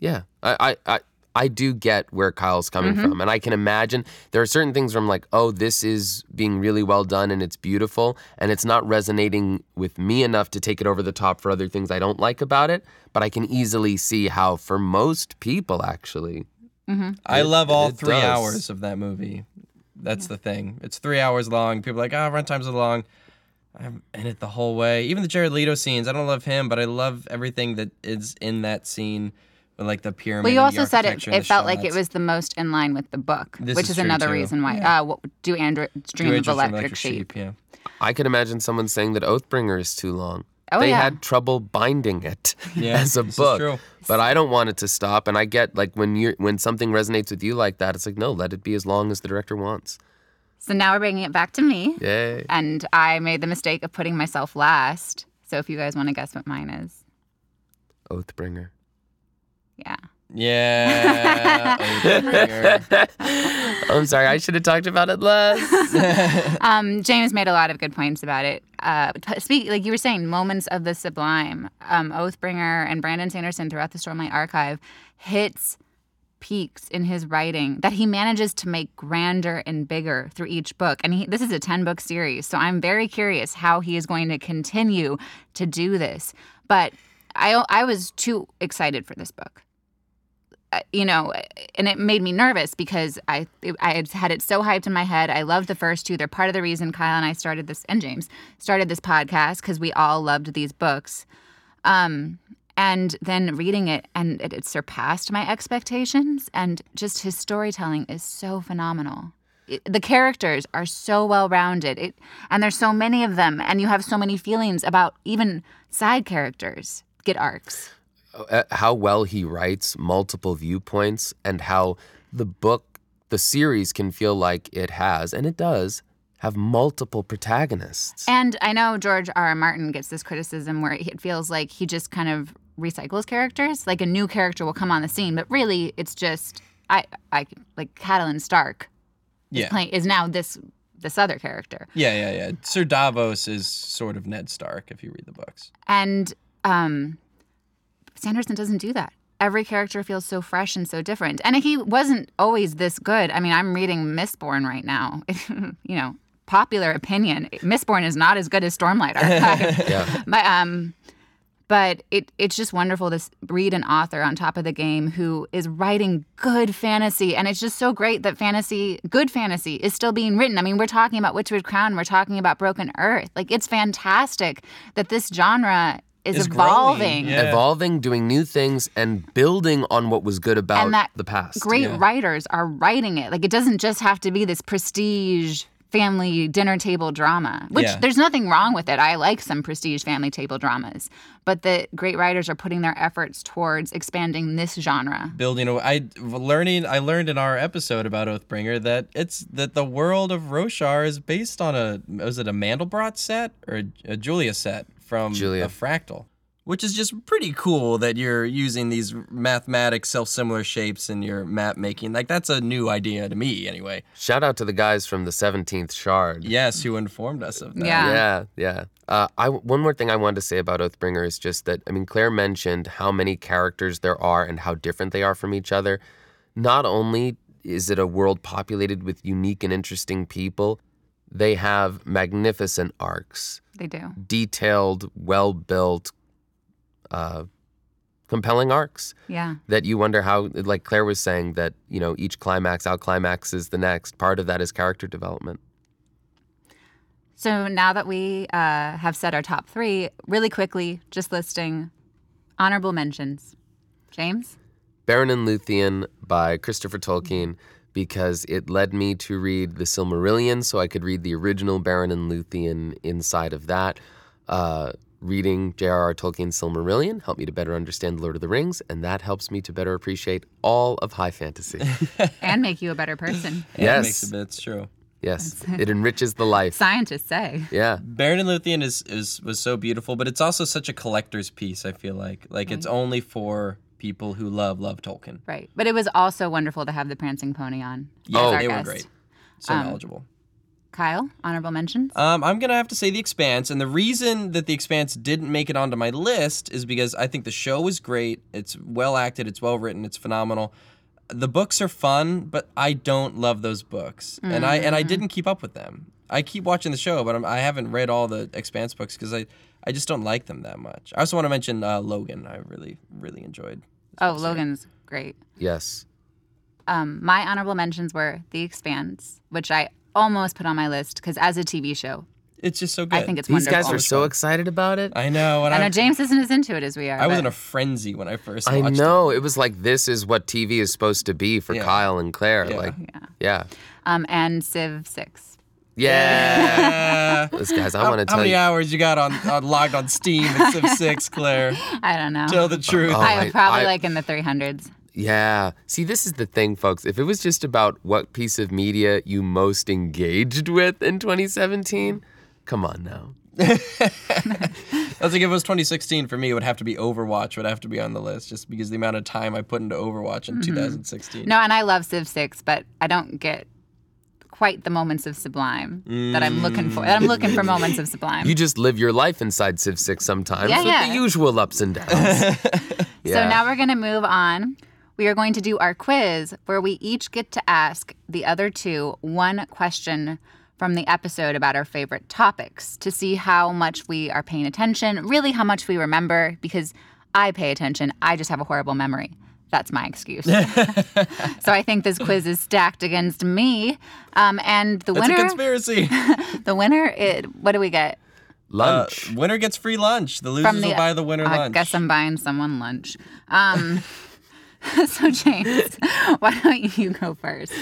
yeah. I I I I do get where Kyle's coming from and I can imagine there are certain things where I'm like, "Oh, this is being really well done and it's beautiful and it's not resonating with me enough to take it over the top for other things I don't like about it." But I can easily see how for most people actually
I love all
it
three
does.
hours of that movie. That's the thing. It's three hours long. People are like, ah, runtimes are long. I'm in it the whole way. Even the Jared Leto scenes. I don't love him, but I love everything that is in that scene with like the pyramid.
Well, you
and
also
the
said it,
architecture and
it
the
felt like it
shots.
was the most in line with the book,
This
which
is
is,
true,
another
too.
reason why. Uh, what, do androids dream
Do
of
Angels from
electric, sheep?
Yeah.
I could imagine someone saying that Oathbringer is too long.
Oh,
they
yeah.
had trouble binding it
(laughs) Yeah,
as a
this is
book.
true.
But I don't want it to stop. And I get like when you are when something resonates with you like that, it's like no, let it be as long as the director wants.
So now we're bringing it back to me.
Yay!
And I made the mistake of putting myself last. So if you guys want to guess what mine is,
Oathbringer. (laughs)
yeah. (laughs)
Yeah. Oathbringer.
I'm sorry, I should have talked about it less.
(laughs) Um, James made a lot of good points about it. Uh, t- speak like you were saying, moments of the sublime. Um, Oathbringer and Brandon Sanderson throughout the Stormlight Archive hits peaks in his writing that he manages to make grander and bigger through each book. And he, this is a ten book series, so I'm very curious how he is going to continue to do this. But I I was too excited for this book uh, you know, and it made me nervous because I it- I had had it so hyped in my head. I loved the first two. They're part of the reason Kyle and I started this and James started this podcast because we all loved these books. Um, and then reading it and it, it surpassed my expectations. And just his storytelling is so phenomenal. It- the characters are so well rounded. It and there's so many of them, and you have so many feelings about even side characters get arcs.
uh, how well he writes multiple viewpoints and how the book, the series can feel like it has, and it does, have multiple protagonists.
And I know George R. R. Martin gets this criticism where it feels like he just kind of recycles characters. Like a new character will come on the scene, but really it's just I I like Catelyn Stark
Yeah.
play, is now this this other character.
Yeah, yeah, yeah. Sir Davos is sort of Ned Stark if you read the books.
And um, Sanderson doesn't do that. Every character feels so fresh and so different. And he wasn't always this good. I mean, I'm reading Mistborn right now. (laughs) you know, popular opinion. Mistborn is not as good as Stormlight Archive.
Yeah.
(laughs) But um but it it's just wonderful to s- read an author on top of the game who is writing good fantasy and it's just so great that fantasy good fantasy is still being written. I mean, we're talking about Witchwood Crown, we're talking about Broken Earth. Like it's fantastic that this genre is
It's growing,
evolving.
yeah.
Evolving, doing new things, and building on what was good about
And that
the past.
Great writers are writing it. Like it doesn't just have to be this prestige family dinner table drama, which
Yeah.
there's nothing wrong with it. I like some prestige family table dramas, but the great writers are putting their efforts towards expanding this genre.
Building a I learning I learned in our episode about Oathbringer that it's that the world of Roshar is based on a was it a Mandelbrot set or a, a Julia set from
Julia.
a fractal. Which is just pretty cool that you're using these mathematic self-similar shapes in your map making. Like that's a new idea to me anyway.
Shout out to the guys from the 17th Shard.
Yes, who informed us of that.
Yeah.
Yeah, yeah. Uh, I one more thing I wanted to say about Oathbringer is just that I mean Claire mentioned how many characters there are and how different they are from each other. Not only is it a world populated with unique and interesting people, they have magnificent arcs,
They do.
detailed, well-built, uh, compelling arcs
Yeah.
that you wonder how like Claire was saying that you know each climax out climaxes the next. Part of that is character development.
So now that we uh, have said our top three, really quickly, just listing honorable mentions. James?
Baron and Luthien by Christopher Tolkien because it led me to read The Silmarillion so I could read the original Baron and Luthien inside of that. Uh, reading J.R.R. Tolkien's Silmarillion helped me to better understand Lord of the Rings, and that helps me to better appreciate all of
(laughs)
high fantasy.
and make you a better
(laughs)
person.
And it
Yes.
makes a bit, it's true.
yes, it enriches the life.
Scientists say.
Yeah.
Baron and Luthien is, is was so beautiful, but it's also such a collector's piece. I feel like like it's only for people who love love Tolkien.
Right. But it was also wonderful to have the prancing pony on.
Yeah,
as our
they were
guest. Um,
great, so knowledgeable.
Kyle, honorable mentions.
Um, I'm gonna have to say The Expanse, and the reason that The Expanse didn't make it onto my list is because I think the show was great. It's well acted, it's well written, it's phenomenal. The books are fun, but I don't love those books, and I
Mm.
and I didn't keep up with them. I keep watching the show, but I'm, I haven't read all the Expanse books because I I just don't like them that much. I also want to mention uh, Logan. I really really enjoyed.
oh, Logan's great.
Yes.
Um, my honorable mentions were The Expanse, which I almost put on my list because as a TV show,
It's just so good.
I think it's
These
wonderful.
guys were so excited about it.
I know. And
I
I,
know James isn't as into it as we are.
I was
but-
in a frenzy when I first.
I
(laughs)
watched
know. It was like this is what TV is supposed to be for Kyle and Claire. Like, yeah.
um, and Civ Six.
(laughs)
Yeah.
Yeah.
This guys, I
How,
want to
how
tell
many
you.
hours you got on, on logged on Steam
(laughs)
at Civ 6, Claire?
I don't know.
Tell the truth.
Oh.
I
I-
was probably
I-
like in the 300s.
Yeah. See, this is the thing, folks. If it was just about what piece of media you most engaged with in 2017, come on now.
I think if it was 2016 for me, it would have to be Overwatch. Would have to be on the list just because the amount of time I put into Overwatch
Mm-hmm.
in 2016.
No, and I love Civ 6, but I don't get quite the moments of Sublime that I'm looking for. I'm looking for moments of Sublime.
You just live your life inside Civ 6 sometimes
Yeah,
with
yeah.
the usual ups and
Uh,
downs.
So now we're going to move on. We are going to do our quiz where we each get to ask the other two one question from the episode about our favorite topics to see how much we are paying attention, really how much we remember because I pay attention, I just have a horrible memory. That's my excuse. (laughs) so I think this quiz is stacked against me. Um, and the
It's a
winner, (laughs)
conspiracy.
the winner, it, what do we get?
Uh,
lunch.
winner gets free lunch. The losers will buy the winner
uh, I
lunch.
guess I'm buying someone lunch. Um, (laughs) so James, (laughs) why don't you go first?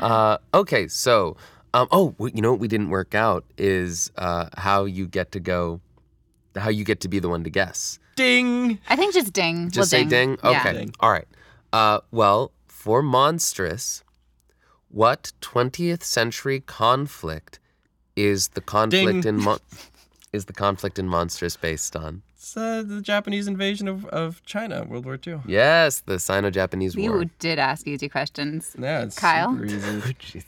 Uh, okay, so um, oh, w- you know what we didn't work out is uh, how you get to go, how you get to be the one to guess.
Ding.
I think just ding.
Just
We'll
say ding. Okay,
Ding.
all right. Uh, well, for monstrous, what 20th century conflict is the conflict in
(laughs)
mon- is the conflict in monstrous based on?
It's uh, the Japanese invasion of, of China, World War II.
Yes, the Sino-Japanese
You
War.
did ask easy questions.
Yeah, it's
Kyle?
super easy.
Jeez.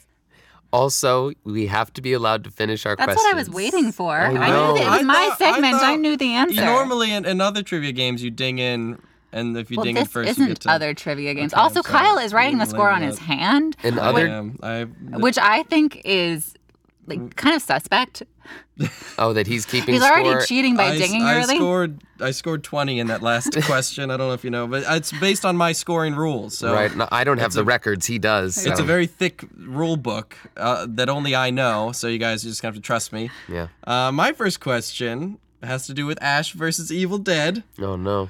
Also, we have to be allowed to finish our
That's
questions.
what I was waiting for.
I
I,
know.
knew that it was
I
my
thought- I
segment. I,
thought-
knew the answer.
You normally in, in other trivia games you ding in, and if you
well,
ding in
this
1st you get
isn't
to.
other trivia games.
Okay, I'm
also,
sorry.
Kyle is writing the
You're
score on
laying
his
out.
hand,
In
I
other
am. I,
which I think is
Mm.
like kind of suspect.
Oh, that he's keeping
He's already
score?
cheating by
I,
dinging
I
early.
scored. I scored twenty in
(laughs)
that last question. I don't know if you know, but it's based on my scoring rules. So
Right. No, I don't have the records. He does.
It's
so,
a very thick rule book uh, that only I know, so you guys are just gonna have to trust me.
Yeah.
Uh, my first question has to do with Ash versus Evil Dead.
Oh no.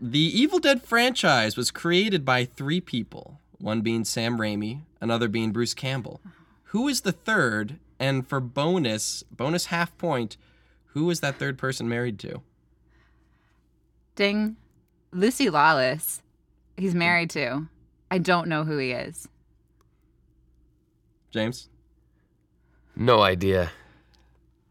The Evil Dead franchise was created by three people, one being Sam Raimi, another being Bruce Campbell. Who is the third? And for bonus, bonus half point, who is that third person married to?
Ding. Lucy Lawless, he's married to. I don't know who he is.
James?
No idea.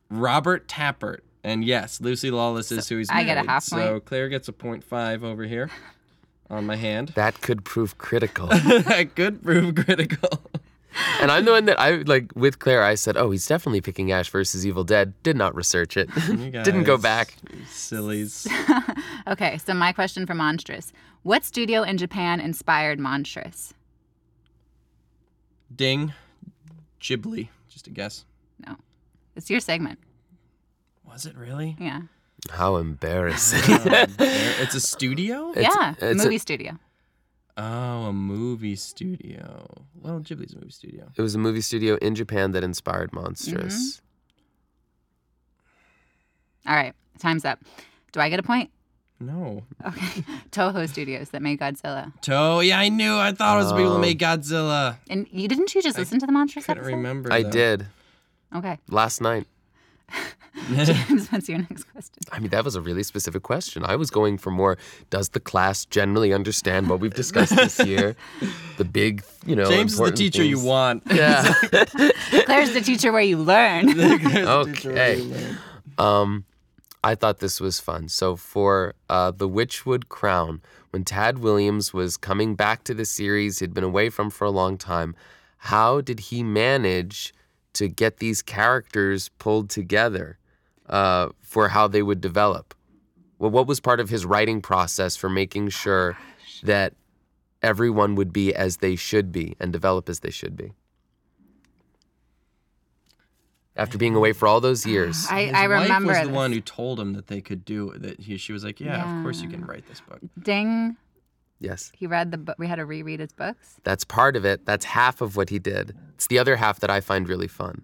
Robert Tappert. And yes, Lucy Lawless is who he's
I
married.
get a half
So
point.
Claire gets a point five over here (laughs) on my hand. (laughs)
That could prove critical.
that could prove critical. (laughs)
and I'm the one that I like with Claire. I said, "Oh, he's definitely picking Ash versus Evil Dead." Did not research it.
You
(laughs) Didn't go
guys,
back.
Sillies.
(laughs) Okay, so my question for Monstrous. What studio in Japan inspired Monstrous?
Ding. Ghibli. Just a guess.
No. It's your segment.
Was
(laughs)
it really? Um,
Yeah.
How embarrassing. (laughs)
There- it's a studio?
It's-
yeah.
it's a-
movie studio.
Oh, a movie studio. Well, Ghibli's a movie studio.
it was a movie studio in Japan that inspired Monstrous.
Mm-hmm.
All right. Time's up. Do I get a point? (laughs)
No.
Okay. Toho Studios that made Godzilla.
Toe. Yeah, I knew. I thought it was
Oh.
people who made Godzilla.
And you didn't you just listen to the Monstrous
Couldn't
episode?
remember.
I
though. (laughs)
did
Okay.
last night.
James, what's your next question?
I mean, that was a really specific question. I was going for more. Does the class generally understand what we've discussed this
(laughs)
year? The big, you know,
James is the
important
teacher you
things.
want. (laughs)
Yeah.
Claire's the teacher where you learn.
(laughs) okay. Um, I thought this was fun. So for uh, the Witchwood Crown, when Tad Williams was coming back to the series he'd been away from for a long time, how did he manage to get these characters pulled together uh, for how they would develop? Well, what was part of his writing process for making
Oh,
sure that everyone would be as they should be and develop as they should be? After being away for
(sighs)
all those years.
(laughs) I,
His
I
wife
remember
was the
this.
one who told him that they could do that. He, she was like, yeah, of course you can write this book."
Ding.
Yes.
He read the book. We had to reread his books.
That's part of it. That's half of what he did. It's the other half that I find really fun.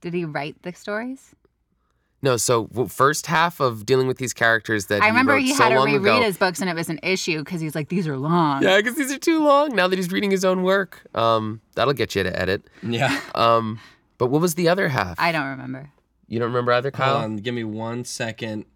Did he write the stories?
No, so w- first half of dealing with these characters that
I remember
wrote
he
so
had to
long
reread
ago.
his books, and it was an issue because he's like, these are long.
Yeah, because these are too long. Now that he's reading his own work, um, that'll get you to edit.
(laughs) Yeah.
Um, but what was the other half?
I don't remember.
you don't remember either, Kyle?
Hold on, give me one second.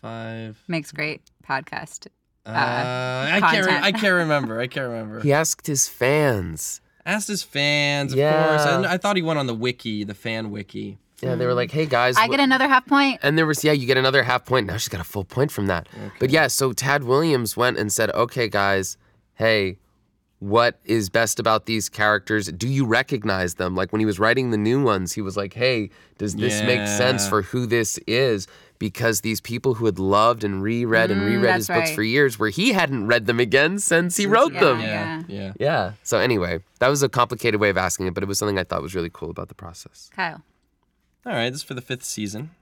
Five.
Makes great podcast.
Uh, I can't. Re-
content. (laughs)
I can't remember. I can't remember.
He asked his fans.
Asked his fans, of
Yeah.
course. I, I thought he went on the wiki, the fan wiki.
Yeah, they were like, "Hey guys,"
I
wh-
get another half point.
and there was yeah, you get another half point. Now she's got a full point from that. But yeah, so Tad Williams went and said, "Okay, guys, hey." What is best about these characters? Do you recognize them? Like when he was writing the new ones, he was like, hey, does this make sense
Yeah.
for who this is? Because these people who had loved and reread and
Mm,
reread
that's
his books
right.
for years, where he hadn't read them again since he wrote
yeah,
them.
Yeah. Yeah.
Yeah. So anyway, that was a complicated way of asking it, but it was something I thought was really cool about the process.
Kyle.
All right. This is for the fifth season.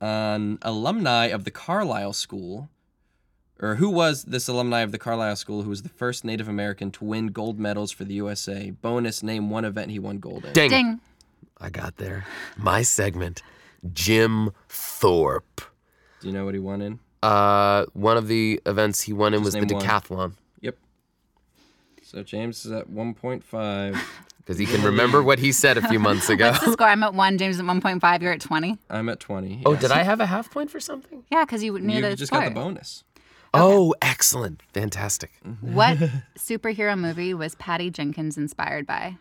An alumni of the Carlisle School, or who was this alumni of the Carlisle School who was the first Native American to win gold medals for the USA? Bonus name one event he won gold in.
Dang. it.
Ding.
I got there. My segment, Jim Thorpe.
Do you know what he won in?
Uh, one of the events he won in was the
name one.
decathlon
Yep. So James is at 1.5.
because he can remember what he said a
(laughs)
few months ago.
What's the score? I'm at one. James is at 1.5. You're at 20.
I'm at 20.
(laughs) Oh,
yes.
did I have a half point for something?
Yeah, because you knew
You
the
just
score.
got the bonus.
Oh, excellent. Fantastic.
(laughs)
What superhero movie was Patty Jenkins inspired by?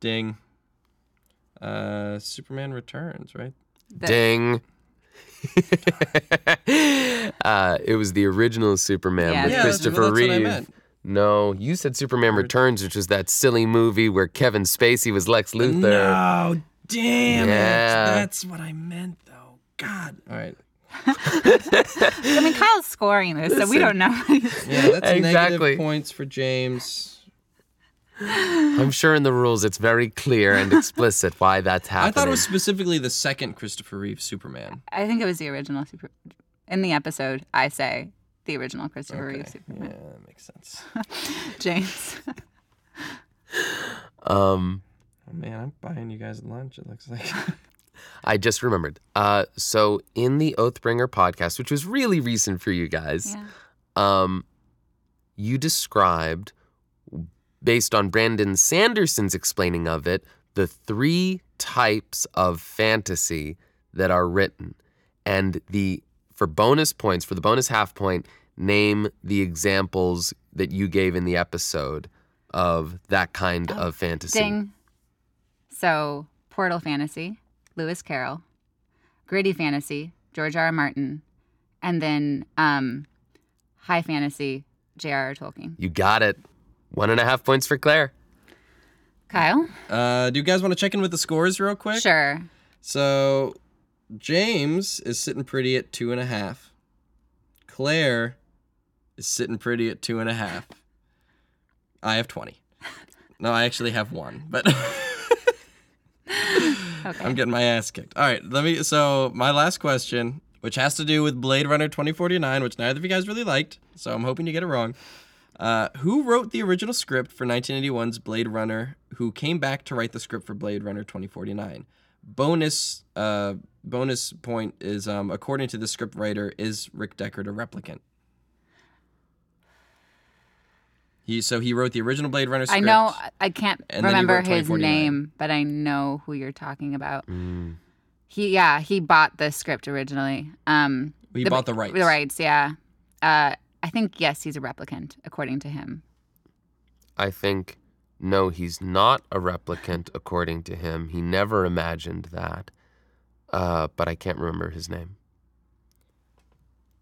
Ding. Uh, Superman Returns, right?
The-
Ding. (laughs) uh, it was the original Superman
Yeah.
with
Yeah,
that's-
Christopher
that's what I
Reeve.
meant.
No, you said Superman Returns, which was that silly movie where Kevin Spacey was Lex Luthor.
No, damn
Yeah.
it. That's what I meant, though. God. All right.
I mean, Kyle's scoring this, so we don't know. (laughs)
(laughs)
Yeah, that's
Exactly.
negative points for James.
I'm sure in the rules it's very clear and explicit why that's happening.
I thought it was specifically the second Christopher Reeve Superman.
I think it was the original super. In the episode, I say the original Christopher Reeve
Yeah,
Superman.
that makes sense. (laughs)
James.
Um,
Oh, man, I'm buying you guys lunch, it looks like.
(laughs)
I just remembered. Uh, so in the Oathbringer podcast, which was really recent for you guys,
Yeah.
um, you described, based on Brandon Sanderson's explaining of it, the three types of fantasy that are written, and the for bonus points for the bonus half point, name the examples that you gave in the episode of that kind of fantasy.
Ding. So, Portal Fantasy, Lewis Carroll, Gritty Fantasy, George R. R. Martin, and then um, High Fantasy, J.R.R. Tolkien.
You got it. One and a half points for Claire.
Kyle?
uh, do you guys want to check in with the scores real quick?
Sure.
So James is sitting pretty at two and a half. Claire is sitting pretty at two and a half. I have twenty. No, I actually have one,
(laughs)
but I'm getting my ass kicked. All right, let me. So my last question, which has to do with Blade Runner 2049, which neither of you guys really liked, so I'm hoping you get it wrong. Uh, who wrote the original script for 1981's Blade Runner? Who came back to write the script for Blade Runner 2049? Bonus, uh, bonus point is um, according to the script writer, is Rick Deckard a replicant? He so he wrote the original Blade Runner
I
script.
know, I- I can't
And then he
remember
wrote
his
2049.
name, but I know who you're talking about.
Mm.
He, yeah, he bought the script originally. Um,
he bought the rights.
The rights, yeah. Uh, I think, yes, he's a replicant, according to him.
I think, no, he's not a replicant, according to him. He never imagined that. Uh, but I can't remember his name.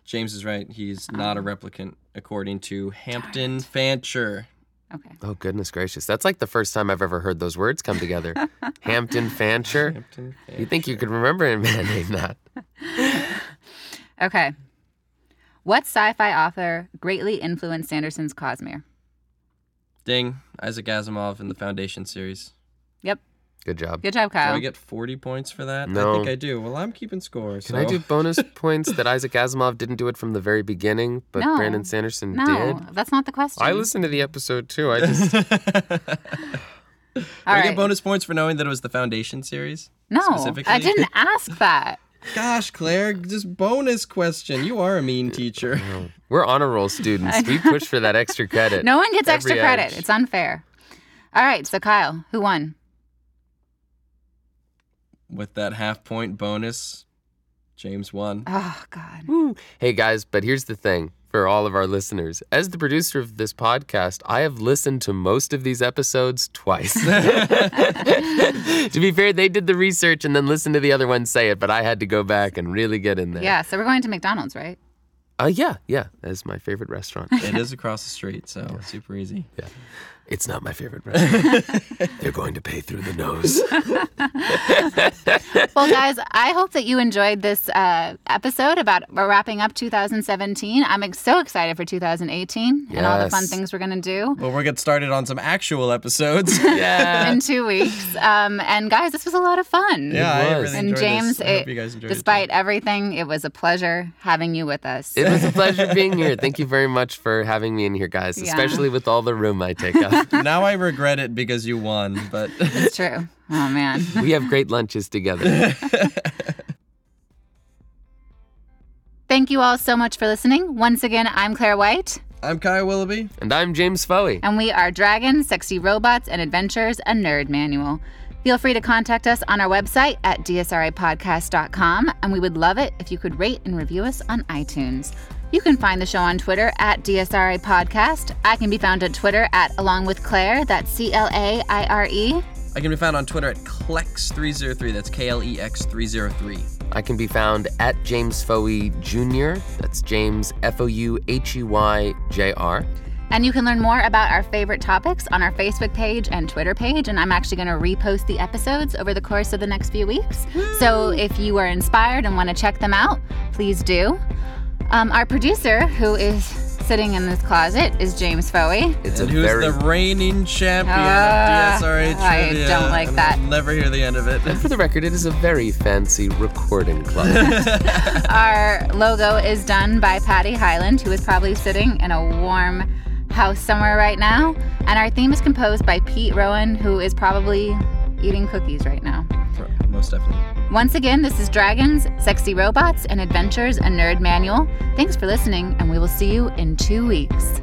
James is right. He's not
Um,
a replicant, according to Hampton Fancher.
Okay.
Oh, goodness gracious. That's like the first time I've ever heard those words come
(laughs)
together. Hampton Fancher.
Hampton
You think you could remember (laughs) a man named that?
Okay. What sci fi author greatly influenced Sanderson's Cosmere?
Ding, Isaac Asimov in the Foundation series.
Yep.
Good job.
Good job,
Do
Kyle.
I get 40 points for that? I
No.
think I do. Well, I'm keeping score.
Can I do bonus points that Isaac Asimov didn't do it from the very beginning, but
No.
Brandon Sanderson
no,
did?
that's not the question.
I listened to the episode
(laughs)
too.
(laughs)
I (laughs) just
All
I
right.
get bonus points for knowing that it was the Foundation series?
no,
specifically?
(laughs)
I didn't ask that.
Gosh, Claire, just bonus question. You are a mean teacher.
oh, We're honor roll students. We push for that extra
(laughs)
credit.
No one gets
Every
extra credit.
edge.
It's unfair. All right, so Kyle, who won?
With that half point bonus, James won.
Oh God.
Hey guys, but here's the thing for all of our listeners. As the producer of this podcast, I have listened to most of these episodes twice. (laughs) to be fair, they did the research and then listened to the other one say it, but I had to go back and really get in there.
Yeah, so we're going to McDonald's, right?
Uh, yeah, yeah. That's my
(laughs)
favorite restaurant.
It is across the street,
(laughs)
so super easy.
It's not my favorite restaurant. They're going to pay through
(laughs)
the nose.
Well, guys, I hope that you enjoyed this uh, episode about we're wrapping up 2017. I'm ex- so excited for 2018 and all the fun
Yes.
things we're going to do.
Well, we're getting started on some actual episodes. (laughs)
Yeah.
in two weeks. Um, and guys, this was a lot of fun.
yeah, I
was.
really
And
enjoyed
James,
this. I hope
it-
you guys enjoyed it, too.
despite (laughs) everything, it was a pleasure having you with us.
(laughs) It was a pleasure being here. Thank you very much for having me in here, guys,
Yeah.
especially with all the room I take
(laughs)
up.
now I regret it because you won, but (laughs)
it's true. Oh man. (laughs)
we have great lunches together.
Thank you all so much for listening. Once again, I'm Claire White,
I'm Kai Willoughby.
And I'm James Foey.
and we are Dragons, Sexy Robots, and Adventures, a Nerd Manual. Feel free to contact us on our website at dsripodcast.com, and we would love it if you could rate and review us on iTunes. You can find the show on Twitter at DSRA Podcast. I can be found at Twitter at Along with Claire, that's C L A I R E.
I can be found on Twitter at Klex303. That's K L E X 303.
I can be found at James Foey Jr. That's James F O U H E Y J R.
And you can learn more about our favorite topics on our Facebook page and Twitter page. And I'm actually going to repost the episodes over the course of the next few weeks. So if you are inspired and want to check them out, please do. Um, our producer, who is sitting in this closet, is James Foey.
It's
And
a
who's
very
the reigning champion
Ah,
of DSRA
I
trivia?
don't like
And
that.
I'll never hear the end of it. (laughs)
(laughs) for the record, it is a very fancy recording club.
Our logo is done by Patty Highland, who is probably sitting in a warm house somewhere right now. And our theme is composed by Pete Rowan, who is probably eating cookies right now.
Most definitely.
Once again, this is Dragons, Sexy Robots, and Adventures, a Nerd Manual. Thanks for listening, and we will see you in two weeks.